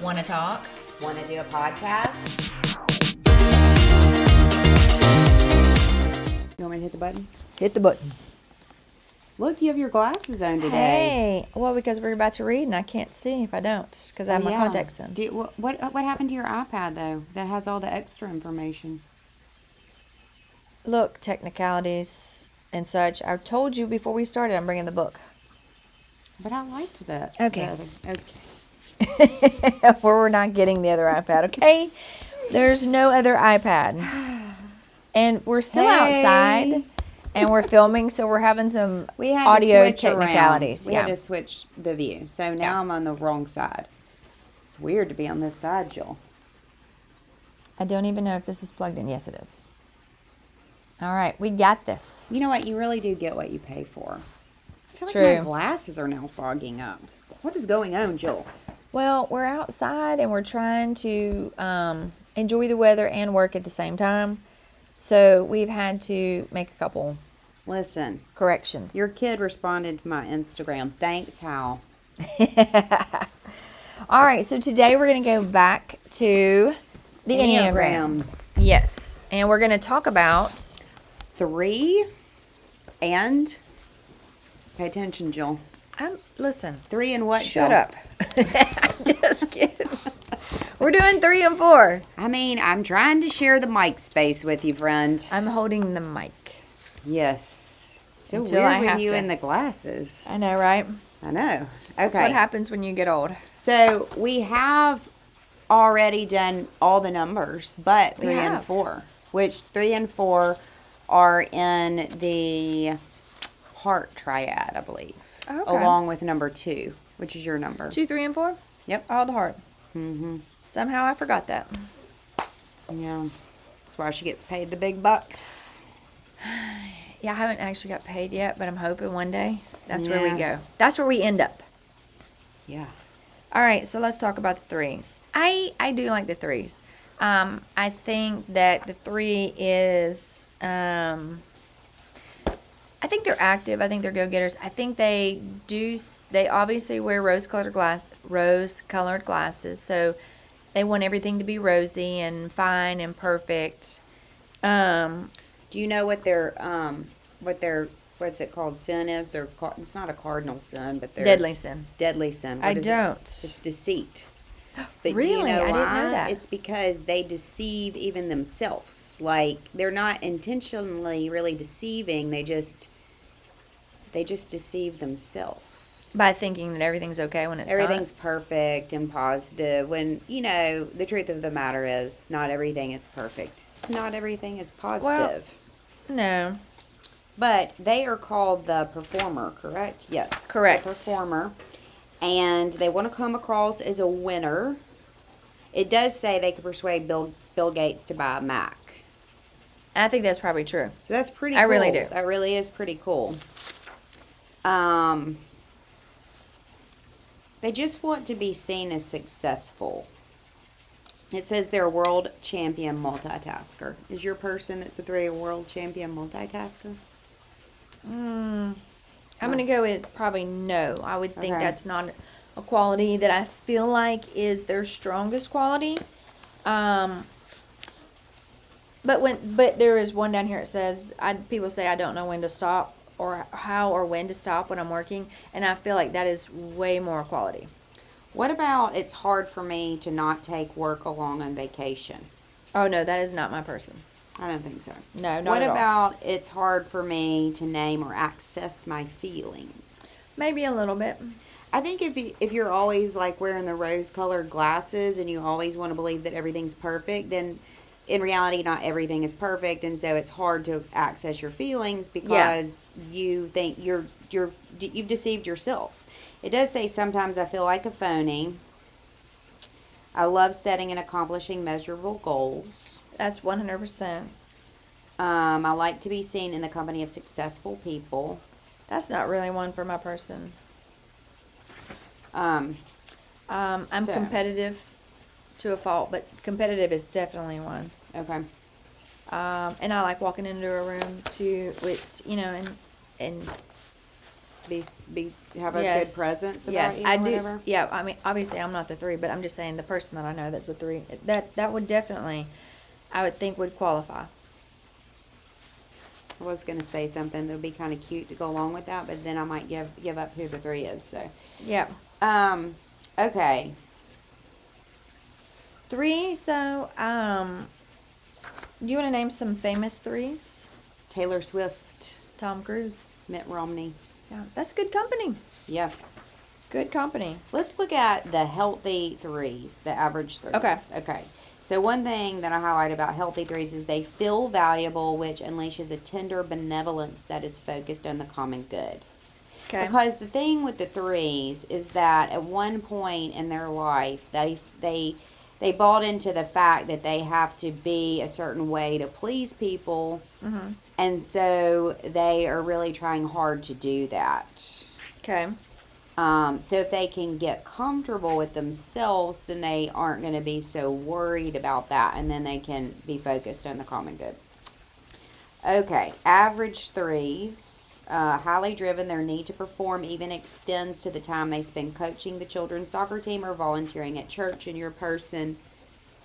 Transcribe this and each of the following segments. Want to talk? Want to do a podcast? You want me to hit the button? Hit the button. Look, you have your glasses on today. Hey, well, because we're about to read and I can't see if I don't because I have my Oh, Yeah. contacts in. Do you- what, uh, what what happened to your iPad though? That has all the extra information. Look, technicalities and such. I told you before we started I'm bringing the book. But I liked that. Okay. the uh, other- Okay. Where we're not getting the other iPad, okay? There's no other iPad. And we're still Hey. outside and we're filming, so we're having some We had audio to switch around. technicalities. We yeah. had to switch the view. So now Yeah. I'm on the wrong side. It's weird to be on this side, Joel. I don't even know if this is plugged in. Yes, it is. All right, we got this. You know what? You really do get what you pay for. I feel like True. my glasses are now fogging up. What is going on, Joel? Well, we're outside and we're trying to um, enjoy the weather and work at the same time. So we've had to make a couple Listen, corrections. your kid responded to my Instagram. Thanks, Hal. All right, so today we're going to go back to the Enneagram. Enneagram. Yes, and we're going to talk about Three and pay attention, Joel. I'm listen. Three and what? Shut Joel? up. Just kidding. We're doing 3 and 4. I mean, I'm trying to share the mic space with you, friend. I'm holding the mic. Yes. So Until weird I with have you to. in the glasses. I know, right? I know. That's what Okay. happens when you get old. So we have already done all the numbers, but three and have. four, which three and four are in the heart triad, I believe, Okay. along with number two, which is your number. 2, 3 and 4? Yep. Mm-hmm. All the heart. Mhm. Somehow I forgot that. Yeah. That's why she gets paid the big bucks. Yeah, I haven't actually got paid yet, but I'm hoping one day that's where we Yeah. go. That's where we end up. Yeah. All right, so let's talk about the threes. I I do like the threes. Um, I think that the three is. Um, I think they're active. I think they're go-getters. I think they do. s- They obviously wear rose-colored glass, rose-colored glasses, so they want everything to be rosy and fine and perfect. Um, Do you know what their um what their what's it called sin is? Their ca- it's not a cardinal sin, but their deadly sin. deadly sin. I What is it? don't. It's deceit. But do you Really? know I didn't know why? that. It's because they deceive even themselves. Like they're not intentionally really deceiving. They just they just deceive themselves. By thinking that everything's okay when it's not. Everything's perfect and positive when you know the truth of the matter is not everything is perfect. Not everything is positive. no. But they are called the performer, correct? Yes. the Correct. performer. And they want to come across as a winner. It does say they could persuade Bill Bill Gates to buy a Mac. I think that's probably true. So that's pretty I cool. really do. That really is pretty cool. Um they just want to be seen as successful. It says they're a world champion multitasker. Is your person that's a three a world champion multitasker? I'm gonna go with probably no. I would think Okay. that's not a quality that I feel like is their strongest quality. Um, but when but there is one down here. It says I, people say I don't know when to stop or how or when to stop when I'm working, and I feel like that is way more quality. What about it's hard for me to not take work along on vacation? Oh no, that is not my person. I don't think so. No, not What at all. about it's hard for me to name or access my feelings? Maybe a little bit. I think if you, if you're always like wearing the rose-colored glasses and you always want to believe that everything's perfect, then in reality not everything is perfect and so it's hard to access your feelings because you think you're you're you've deceived yourself. It does say sometimes I feel like a phony. I love setting and accomplishing measurable goals. That's 100. percent Um, I like to be seen in the company of successful people. That's not really one for my person. Um, Um, I'm So. competitive to a fault, but competitive is definitely one. okay. Um, and I like walking into a room to with you know and and be, be have a Yes. good presence about yes, you I or do. whatever. Yeah, I mean, obviously, I'm not the three, but I'm just saying the person that I know that's a three that that would definitely, I would think would qualify. I was gonna say something that would be kind of cute to go along with that, but then I might give give up who the three is. So, Yeah, um, okay, threes though. Um, you want to name some famous threes? Taylor Swift, Tom Cruise. Mitt Romney. Yeah, that's good company. Yeah, Good company. let's look at the healthy threes, the average threes. Okay. Okay. So one thing that I highlight about healthy threes is they feel valuable, which unleashes a tender benevolence that is focused on the common good. Okay. Because the thing with the threes is that at one point in their life, they they they bought into the fact that they have to be a certain way to please people, and so they are really trying hard to do that. okay. Um, so if they can get comfortable with themselves, then they aren't going to be so worried about that, and then they can be focused on the common good. Okay, average threes, uh, highly driven. Their need to perform even extends to the time they spend coaching the children's soccer team or volunteering at church. And your person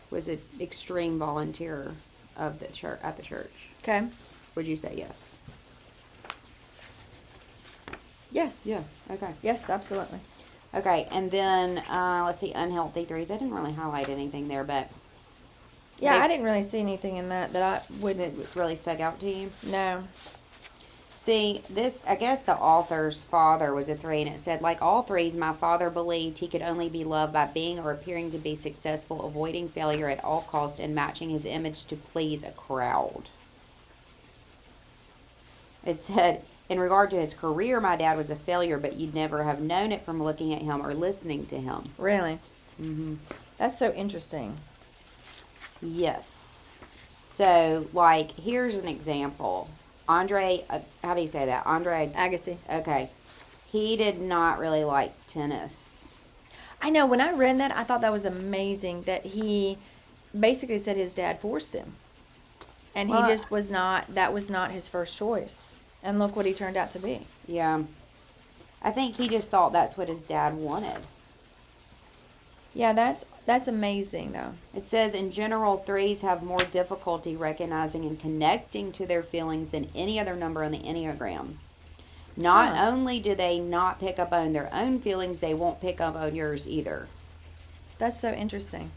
was an extreme volunteer of the church at the church. Okay. Would you say yes? Yes. Yeah. Okay. Yes, absolutely. Okay, and then uh, let's see, unhealthy threes. I didn't really highlight anything there, but Yeah, They- I didn't really see anything in that that I would. it really stuck out to you. No. See, this, I guess the author's father was a three, and it said, like all threes, my father believed he could only be loved by being or appearing to be successful, avoiding failure at all cost, and matching his image to please a crowd. It said, in regard to his career, my dad was a failure, but you'd never have known it from looking at him or listening to him. Really. Mm-hmm. That's so interesting. Yes. So, like, here's an example. Andre, uh, how do you say that? Andre, Agassi. okay. He did not really like tennis. I know. When I read that, I thought that was amazing that he basically said his dad forced him, and Well, I- he just was not. That was not his first choice. And look what he turned out to be. Yeah. I think he just thought that's what his dad wanted. Yeah, that's that's amazing though. It says, in general, threes have more difficulty recognizing and connecting to their feelings than any other number on the Enneagram. Not Huh. only do they not pick up on their own feelings, they won't pick up on yours either. That's so interesting.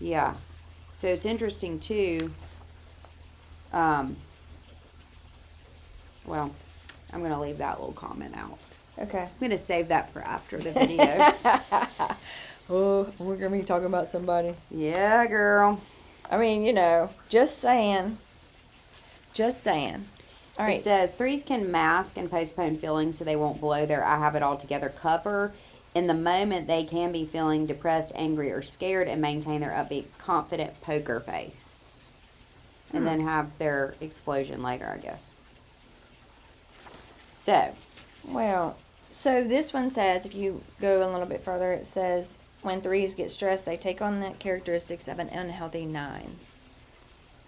Yeah. So it's interesting too. Um, well, I'm going to leave that little comment out. Okay. I'm going to save that for after the video. Oh, we're gonna be talking about somebody. yeah, girl. I mean, you know, just saying. Just saying. All It right. says threes can mask and postpone feelings so they won't blow their I have it all together cover. In the moment, they can be feeling depressed, angry, or scared and maintain their upbeat, confident poker face. And then have their explosion later, I guess. So, Well, so this one says if you go a little bit further, it says when threes get stressed, they take on the characteristics of an unhealthy nine,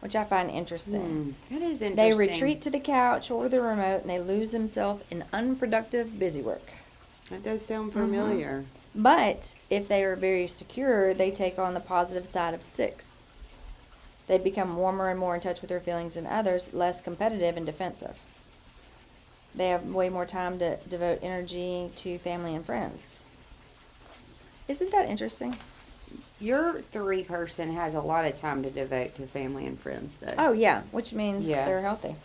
which I find interesting. That is Hmm, interesting. They retreat to the couch or the remote and they lose themselves in unproductive busy work. That does sound Mm-hmm. familiar. But if they are very secure, they take on the positive side of six. They become warmer and more in touch with their feelings and others, less competitive and defensive. They have way more time to devote energy to family and friends. Isn't that interesting? Your three person has a lot of time to devote to family and friends, though. Oh, yeah, which means Yeah. they're healthy.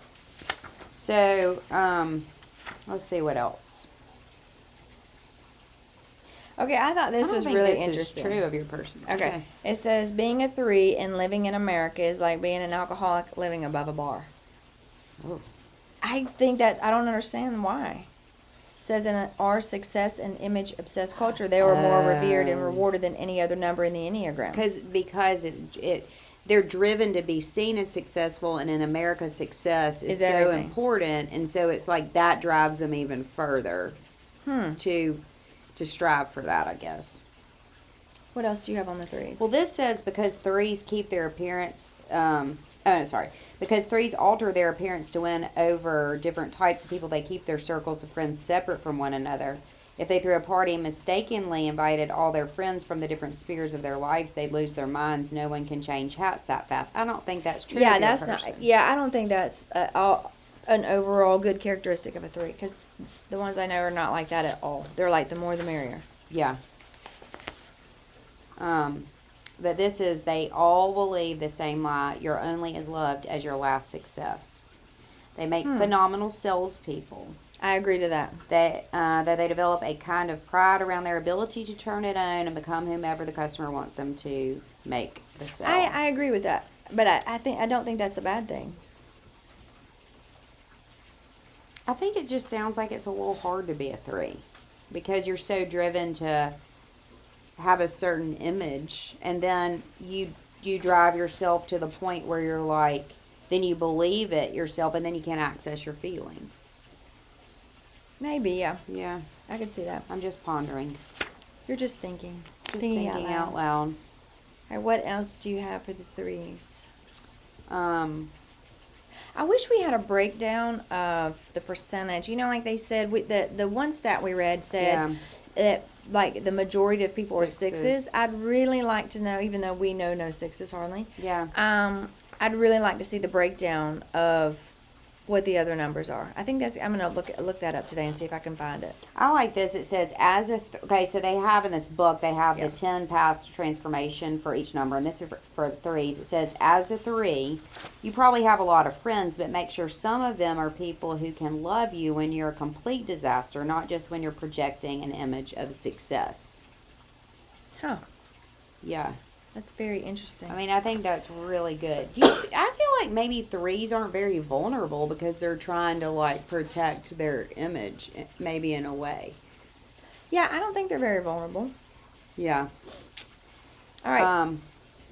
So, um, let's see what else. Okay, I thought I this don't was think really this is interesting. true of your person. Okay. It says being a three and living in America is like being an alcoholic living above a bar. Oh. I think that I don't understand why. It says in our success and image obsessed culture, they were more revered Um. and rewarded than any other number in the Enneagram. Because because it it they're driven to be seen as successful, and in America, success is, Is so everything. important, and so it's like that drives them even further Hmm. to to strive for that, I guess. What else do you have on the threes? Well, this says because threes keep their appearance um, Oh, no, sorry. Because threes alter their appearance to win over different types of people. They keep their circles of friends separate from one another. If they threw a party and mistakenly invited all their friends from the different spheres of their lives, they'd lose their minds. No one can change hats that fast. I don't think that's true. yeah, to be a that's not. person. Yeah, I don't think that's uh, all, an overall good characteristic of a three because the ones I know are not like that at all. They're like the more the merrier. Yeah. Um, but this is they all believe the same lie. You're only as loved as your last success. They make phenomenal salespeople. I agree to that. That uh, that they develop a kind of pride around their ability to turn it on and become whomever the customer wants them to make the sale. I, I agree with that, but I, I think I don't think that's a bad thing. I think it just sounds like it's a little hard to be a three because you're so driven to have a certain image and then you you drive yourself to the point where you're like then you believe it yourself and then you can't access your feelings. Maybe yeah, Yeah, I could see that. I'm just pondering. You're just thinking, Just thinking, out loud. All right, what else do you have for the threes? Um I wish we had a breakdown of the percentage. You know, like they said, we, the the one stat we read said that like the majority of people Sixes. are sixes. I'd really like to know, even though we know no sixes hardly. yeah. Um, I'd really like to see the breakdown of what the other numbers are. I think that's. I'm gonna look look that up today and see if I can find it. I like this. It says, as a, th- okay, so they have in this book, they have Yeah. the 10 paths to transformation for each number, and this is for, for the threes. It says, as a three, you probably have a lot of friends, but make sure some of them are people who can love you when you're a complete disaster, not just when you're projecting an image of success. Huh. Yeah. That's very interesting. I mean, I think that's really good. Do you, I feel like maybe threes aren't very vulnerable because they're trying to, like, protect their image, eh, maybe in a way. yeah, I don't think they're very vulnerable. Yeah. All right. Um,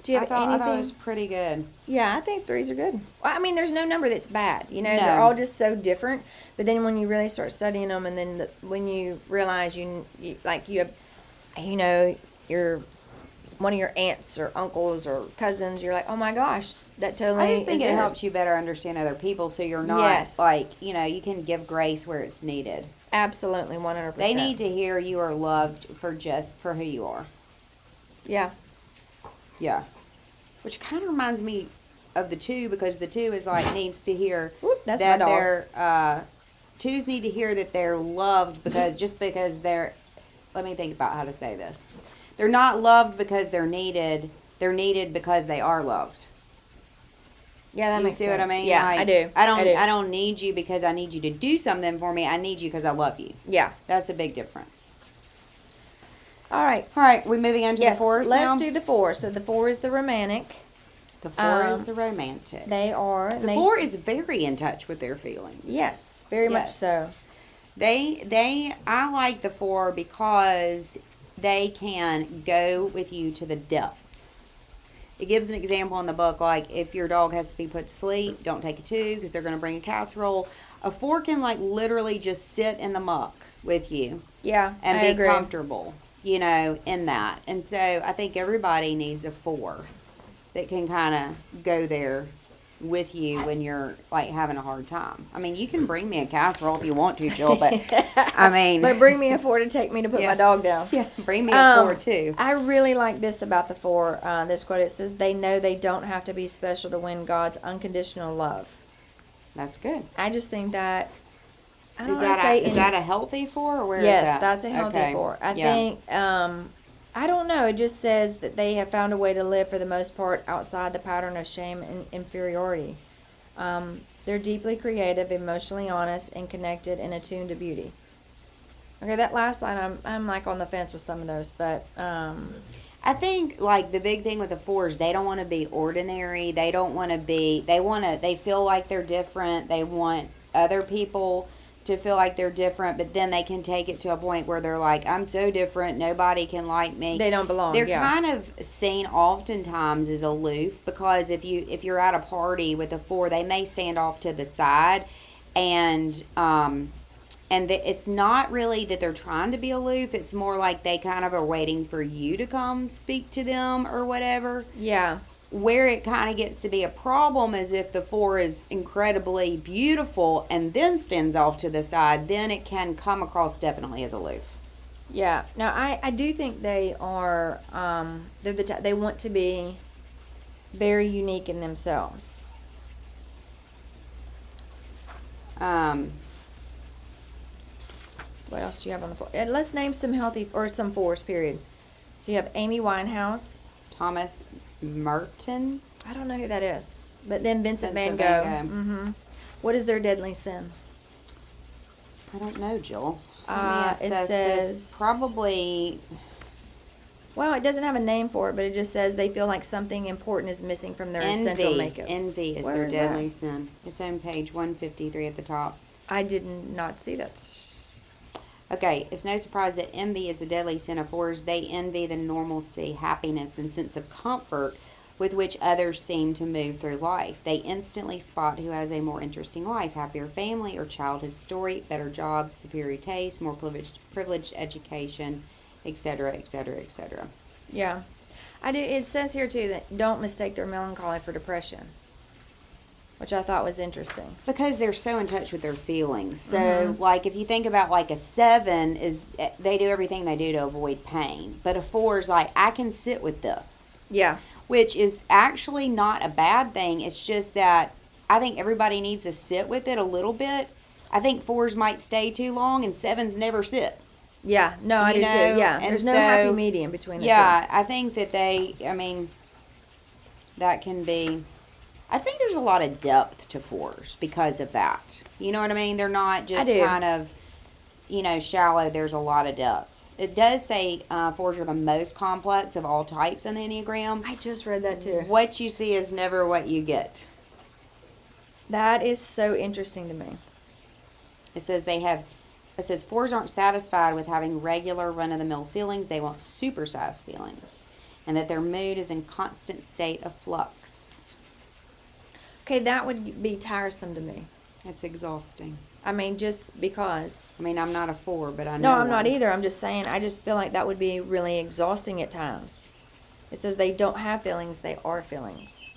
do you I have thought, anything? I thought it was pretty good. Yeah, I think threes are good. Well, I mean, there's no number that's bad. You know, they're No. all just so different. But then when you really start studying them, and then the, when you realize you, you like you have, you know, your one of your aunts or uncles or cousins, you're like, oh my gosh, that totally. I just think is it theirs." helps you better understand other people, so you're not Yes. like you know you can give grace where it's needed. Absolutely, one hundred They percent. need to hear you are loved for just for who you are. Yeah. Yeah, which kind of reminds me of the two because the two is like needs to hear Whoop, that's my that dog. they're uh, twos need to hear that they're loved because just because they're let me think about how to say this. They're not loved because they're needed. They're needed because they are loved. Yeah, that you makes see sense. what I mean? Yeah, I Like, do. I don't. I, don't need you because I need you to do something for me. I need you because I love you. Yeah. That's a big difference. All right. All right, we're moving on to Yes. the fours Let's now. do the four. So the four is the romantic. the four is um, the romantic. They are. the they, four is very in touch with their feelings. Yes, very much Yes. so. They they I like the four because they can go with you to the depths. It gives an example in the book, like if your dog has to be put to sleep, don't take a two because they're going to bring a casserole. A four can like literally just sit in the muck with you Yeah, and I be agree. comfortable, you know, in that. And so I think everybody needs a four that can kind of go there with you when you're like having a hard time. I mean, you can bring me a casserole if you want to, Jill, but I mean, But bring me a four to take me to put Yeah. my dog down. yeah, bring me a Um, four too. I really like this about the four. Uh, this quote it says, "They know they don't have to be special to win God's unconditional love." That's good. I just think that. I don't Is wanna that, say a, is any- that a healthy four or where is yes, that? that's a healthy Okay, four. I yeah. think. Um, I don't know. It just says that they have found a way to live for the most part outside the pattern of shame and inferiority. Um, they're deeply creative, emotionally honest, and connected and attuned to beauty. Okay, that last line, I'm, I'm like on the fence with some of those, but um, I think like the big thing with the fours, they don't want to be ordinary. They don't want to be. They want to. They feel like they're different. They want other people to feel like they're different, but then they can take it to a point where they're like, "I'm so different. Nobody can like me." they don't belong. They're yeah. kind of seen oftentimes as aloof because if you if you're at a party with a four, they may stand off to the side, and um, and th- it's not really that they're trying to be aloof. It's more like they kind of are waiting for you to come speak to them or whatever. yeah. where it kind of gets to be a problem is if the four is incredibly beautiful and then stands off to the side, then it can come across definitely as aloof. Yeah. Now I, I do think they are um they're the t- they want to be very unique in themselves. Um, What else do you have on the floor? And let's name some healthy or some fours. Period. So you have Amy Winehouse. Thomas Merton. I don't know who that is, but then Vincent, Vincent Van Gogh. Van Gogh. Mm-hmm. What is their deadly sin? I don't know, Jill. Uh, it says- probably Well, it doesn't have a name for it, but it just says they feel like something important is missing from their essential envy. makeup. Envy is Where their is that? deadly sin. It's on page 153 at the top. I did not see that. Okay, it's no surprise that envy is a deadly sin of fours. They envy the normalcy, happiness, and sense of comfort with which others seem to move through life. They instantly spot who has a more interesting life, happier family or childhood story, better jobs, superior taste, more privileged, privileged education, etc., etc., etc. Yeah, I do. It says here too that don't mistake their melancholy for depression, which I thought was interesting. because they're so in touch with their feelings. So, like, if you think about like a seven, is eh, they do everything they do to avoid pain, but a four is like I can sit with this, Yeah, which is actually not a bad thing. It's just that I think everybody needs to sit with it a little bit. I think fours might stay too long, and sevens never sit. yeah. No, I You do know, too. Yeah, and there's no happy so- medium between the Yeah, two. I think that they. I mean, that can be. I think there's a lot of depth to fours because of that. You know what I mean? They're not just do. kind of, you know, shallow. There's a lot of depths. It does say uh, fours are the most complex of all types in the enneagram. I just read that too. What you see is never what you get. That is so interesting to me. It says they have. It says fours aren't satisfied with having regular run of the mill feelings. They want supersized feelings, and that their mood is in constant state of flux. Okay, that would be tiresome to me. It's exhausting. I mean, just because. I mean, I'm not a four, but I know. No, I'm not one. either. I'm just saying, I just feel like that would be really exhausting at times. It says they don't have feelings, they are feelings.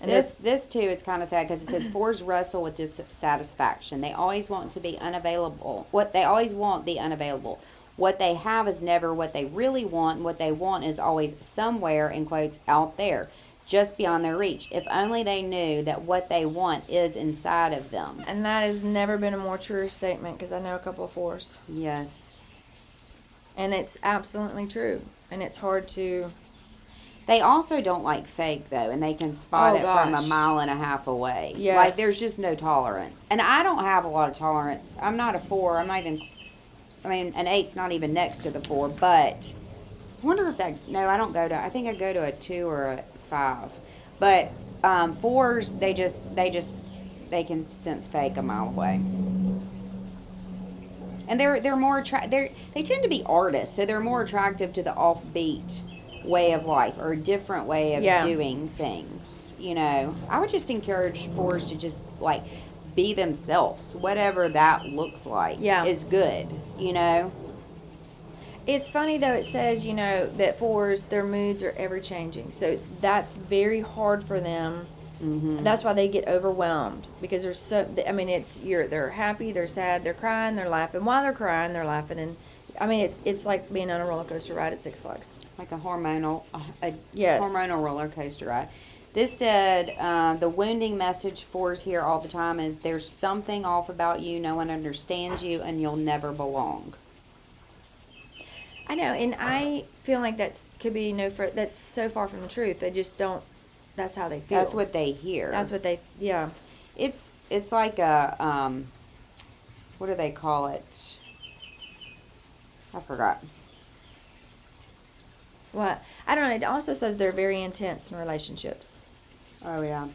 And This this, this too is kind of sad because it says fours wrestle with dissatisfaction. They always want to be unavailable. What they always want the unavailable. What they have is never what they really want. and What they want is always somewhere in quotes out there, just beyond their reach. If only they knew that what they want is inside of them. and that has never been a more truer statement because I know a couple of fours. Yes. And it's absolutely true. And it's hard to. They also don't like fake though, and they can spot Oh, it from gosh. a mile and a half away. like Yes. there's just no tolerance, and I don't have a lot of tolerance. I'm not a four. I'm not even. I mean, an eight's not even next to the four, but I wonder if that. No, I don't go to. I think I go to a two or a five, but um, fours they just they just they can sense fake a mile away. And they're they're more attra- they're they tend to be artists, so they're more attractive to the offbeat way of life or a different way of Yeah. doing things. You know, I would just encourage fours to just like be themselves, whatever that looks like. Yeah. is good. You know, It's funny though. It says you know that fours their moods are ever changing, so it's that's very hard for them. That's why they get overwhelmed because there's so. I mean, it's you're they're happy, they're sad, they're crying, they're laughing. While they're crying, they're laughing, and I mean it's it's like being on a roller coaster ride at Six Flags. like a hormonal a, a Yes. hormonal roller coaster ride. This said, uh, the wounding message fours hear all the time is there's something off about you, no one understands you, and you'll never belong. I know, and I feel like that's could be no fr- that's so far from the truth. They just don't. That's how they feel. That's what they hear. That's what they. Yeah. it's it's like a um what do they call it i forgot What I don't know. It also says they're very intense in relationships. oh yeah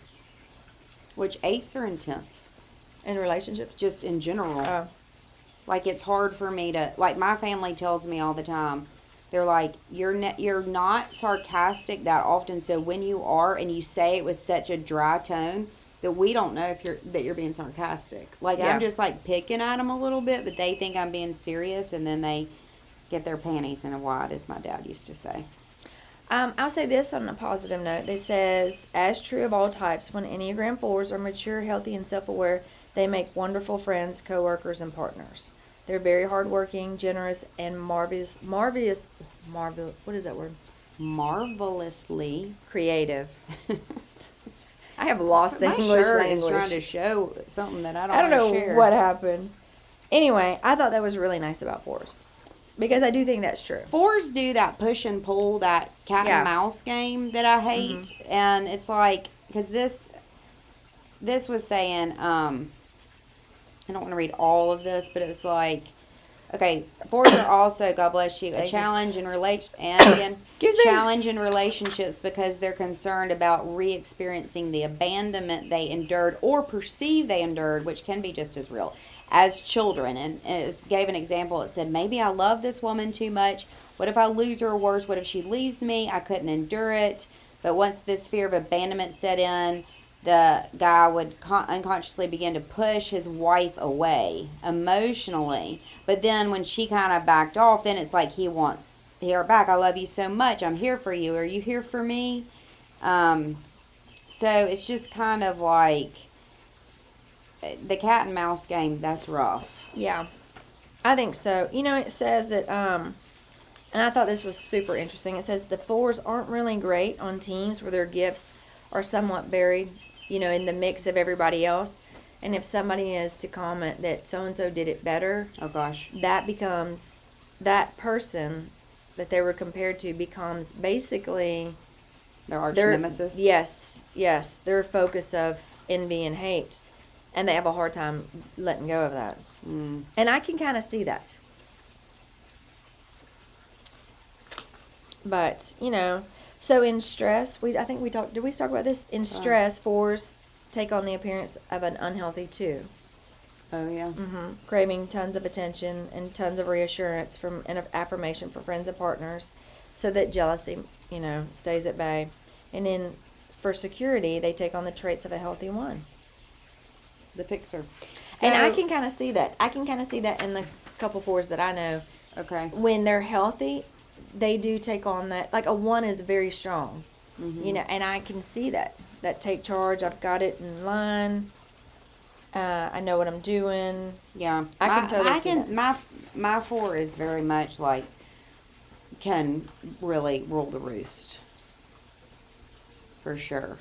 which eights are intense In relationships. just in general Oh. like it's hard for me to like my family tells me all the time they're like you're ne- you're not sarcastic that often so when you are and you say it with such a dry tone that we don't know if you're that you're being sarcastic like Yeah. i'm just like picking at them a little bit but they think i'm being serious and then they get their panties in a wad as my dad used to say Um, I'll say this on a positive note. It says, as true of all types, when Enneagram 4s are mature, healthy, and self aware, they make wonderful friends, co workers, and partners. They're very hardworking, generous, and marvelous, marvelous, marvelous, what is that word? Marvelously. Creative. I have lost the My English shirt language. is trying to show something that I don't, I don't know wanna share. what happened. Anyway, I thought that was really nice about fours because I do think that's true. fours do that push and pull, that cat Yeah. and mouse game that I hate, and it's like because this this was saying um I don't want to read all of this, but it was like okay, fours are also God bless you a you. challenge in relation and again Excuse me. challenge in relationships because they're concerned about re-experiencing the abandonment they endured or perceive they endured, which can be just as real as children. And and it was- gave an example. It said, "Maybe I love this woman too much. What if I lose her? Or worse, what if she leaves me? I couldn't endure it." But once this fear of abandonment set in, the guy would con- unconsciously begin to push his wife away emotionally. But then when she kind of backed off, then it's like he wants her back. I love you so much. I'm here for you. Are you here for me? Um, so it's just kind of like uh, the cat and mouse game. That's rough. Yeah, I think so. You know, it says that, um, and I thought this was super interesting. It says the fours aren't really great on teams where their gifts are somewhat buried, you know, in the mix of everybody else. And if somebody is to comment that so and so did it better, Oh gosh. that becomes that person that they were compared to becomes basically Their arch their nemesis. Yes, yes, their focus of envy and hate, and they have a hard time letting go of that. Mm. And I can kind of see that. But you know, so in stress, we I think we talked. Did we talk about this? Uh. In stress, fours take on the appearance of an unhealthy two Oh yeah. Mm-hmm. craving tons of attention and tons of reassurance from and of affirmation for friends and partners so that jealousy you know stays at bay and then for security they take on the traits of a healthy one The fixer. and i So- can kind of see that i can kind of see that in the couple fours that i know Okay. when they're healthy they do take on that like a one is very strong Mm-hmm. you know and i can see that that take charge i've got it in line uh, i know what i'm doing Yeah, I can My- totally I see can that. my my four is very much like can really rule the roost for sure.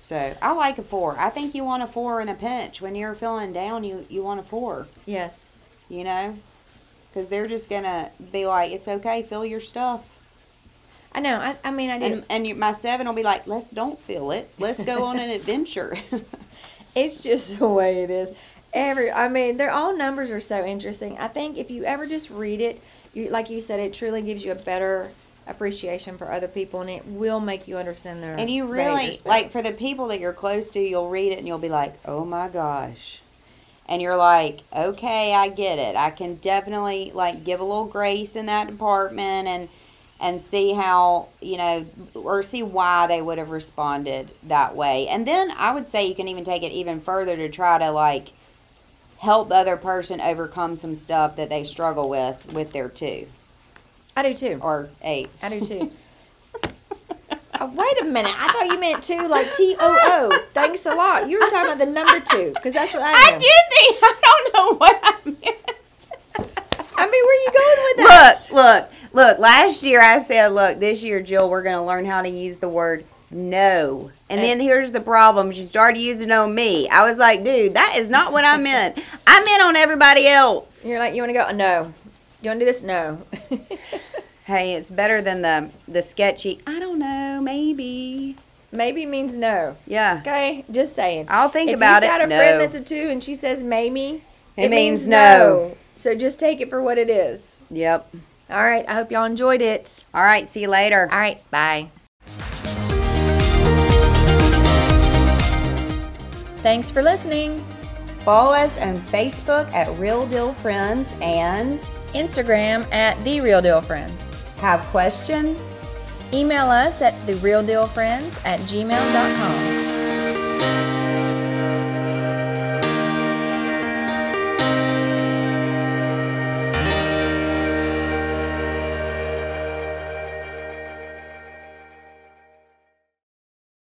So I like a four. I think you want a four in a pinch when you're feeling down. You you want a four, yes you know, because they're just gonna be like, it's okay, feel your stuff. i know i, I mean i do And and you, my seven will be like, let's don't feel it. Let's go on an adventure. It's just the way it is. Every, I mean, they're all numbers are so interesting. I think if you ever just read it, you, like you said, it truly gives you a better appreciation for other people, and it will make you understand their. And you really behaviors better. like for the people that you're close to, you'll read it and you'll be like, "Oh my gosh." And you're like, "Okay, I get it. I can definitely like give a little grace in that department and and see how, you know, or see why they would have responded that way." And then I would say you can even take it even further to try to like help the other person overcome some stuff that they struggle with with their 2 I do too. or 8. I do too. Uh, wait a minute! I thought you meant two, like T O O. Thanks a lot. You were talking about the number two, because that's what I am. I did think I don't know what I meant. I mean, where are you going with that? look, look, look. Last year I said, look, this year, Jill, we're going to learn how to use the word no. And then here's the problem. She started using it on me. I was like, dude, that is not what I meant. I meant on everybody else. You're like, you want to go? No. You want to do this? No. Hey, it's better than the, the sketchy, I don't know, maybe. Maybe means no. Yeah. Okay, just saying. I'll think if about you've got it, a friend no. that's a two and she says maybe, It means no. So just take it for what it is. Yep. All right. I hope y'all enjoyed it. All right, see you later. All right. Bye. Thanks for listening. Follow us on Facebook at Real Deal Friends and Instagram at The Real Deal Friends. have questions? Email us at TheRealDealFriends at gmail.com.